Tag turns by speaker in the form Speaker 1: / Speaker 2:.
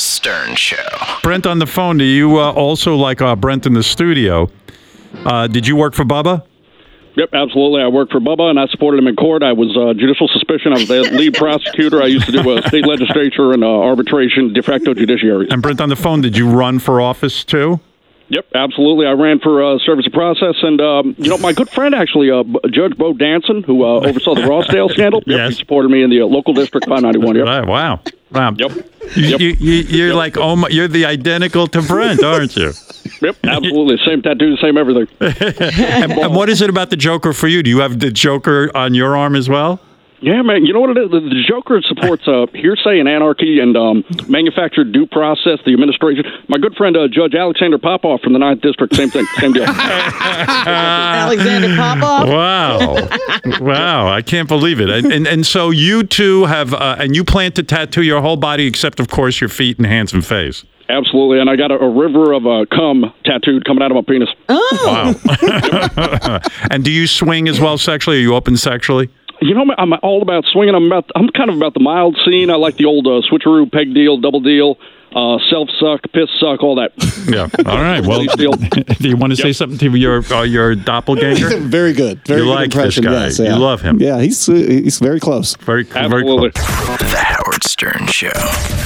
Speaker 1: Show.
Speaker 2: Brent on the phone. Do you uh, also like uh, Brent in the studio? Uh, did you work for Bubba?
Speaker 3: Yep, absolutely. I worked for Bubba, and I supported him in court. I was uh, judicial suspicion. I was the lead prosecutor. I used to do uh, state legislature and uh, arbitration, de facto judiciary.
Speaker 2: And Brent on the phone. Did you run for office too?
Speaker 3: Yep, absolutely. I ran for uh, service of process, and um, you know, my good friend actually, uh, B- Judge Bo Danson, who uh, oversaw the Rossdale scandal, yep,
Speaker 2: Yes.
Speaker 3: he supported me in the uh, local district 591. Yep.
Speaker 2: Right, wow. Wow.
Speaker 3: Yep.
Speaker 2: You,
Speaker 3: Yep.
Speaker 2: you, you, you're like, oh my, you're the identical to Brent, aren't you?
Speaker 3: Yep, absolutely. Same tattoo, same everything.
Speaker 2: and, and what is it about the Joker for you? Do you have the Joker on your arm as well?
Speaker 3: Yeah, man. You know what it is? The, the Joker supports uh, hearsay and anarchy and um, manufactured due process, the administration. My good friend, uh, Judge Alexander Popoff from the Ninth District, same thing, same deal.
Speaker 4: Alexander
Speaker 3: Oh.
Speaker 4: Popoff.
Speaker 2: Wow. wow. I can't believe it. And, and, and so you two have, uh, and you plan to tattoo your whole body except, of course, your feet and hands and face.
Speaker 3: Absolutely, and I got a, a river of uh, cum tattooed coming out of my penis.
Speaker 2: Wow. and do you swing as well sexually? Are you open sexually?
Speaker 3: You know, I'm all about swinging. I'm about. I'm kind of about the mild scene. I like the old uh, switcheroo, peg deal, double deal, uh, self suck, piss suck, all that.
Speaker 2: Yeah. All right. Well,
Speaker 3: Deal.
Speaker 2: do you want to say something to your uh, your doppelganger?
Speaker 5: very good. Very
Speaker 2: You
Speaker 5: good
Speaker 2: like this
Speaker 5: impression.
Speaker 2: guy.
Speaker 5: Yes,
Speaker 2: You
Speaker 5: yeah.
Speaker 2: love him.
Speaker 5: Yeah, he's uh, he's very close.
Speaker 2: Very, very
Speaker 3: Absolutely.
Speaker 2: close.
Speaker 1: The Howard Stern Show.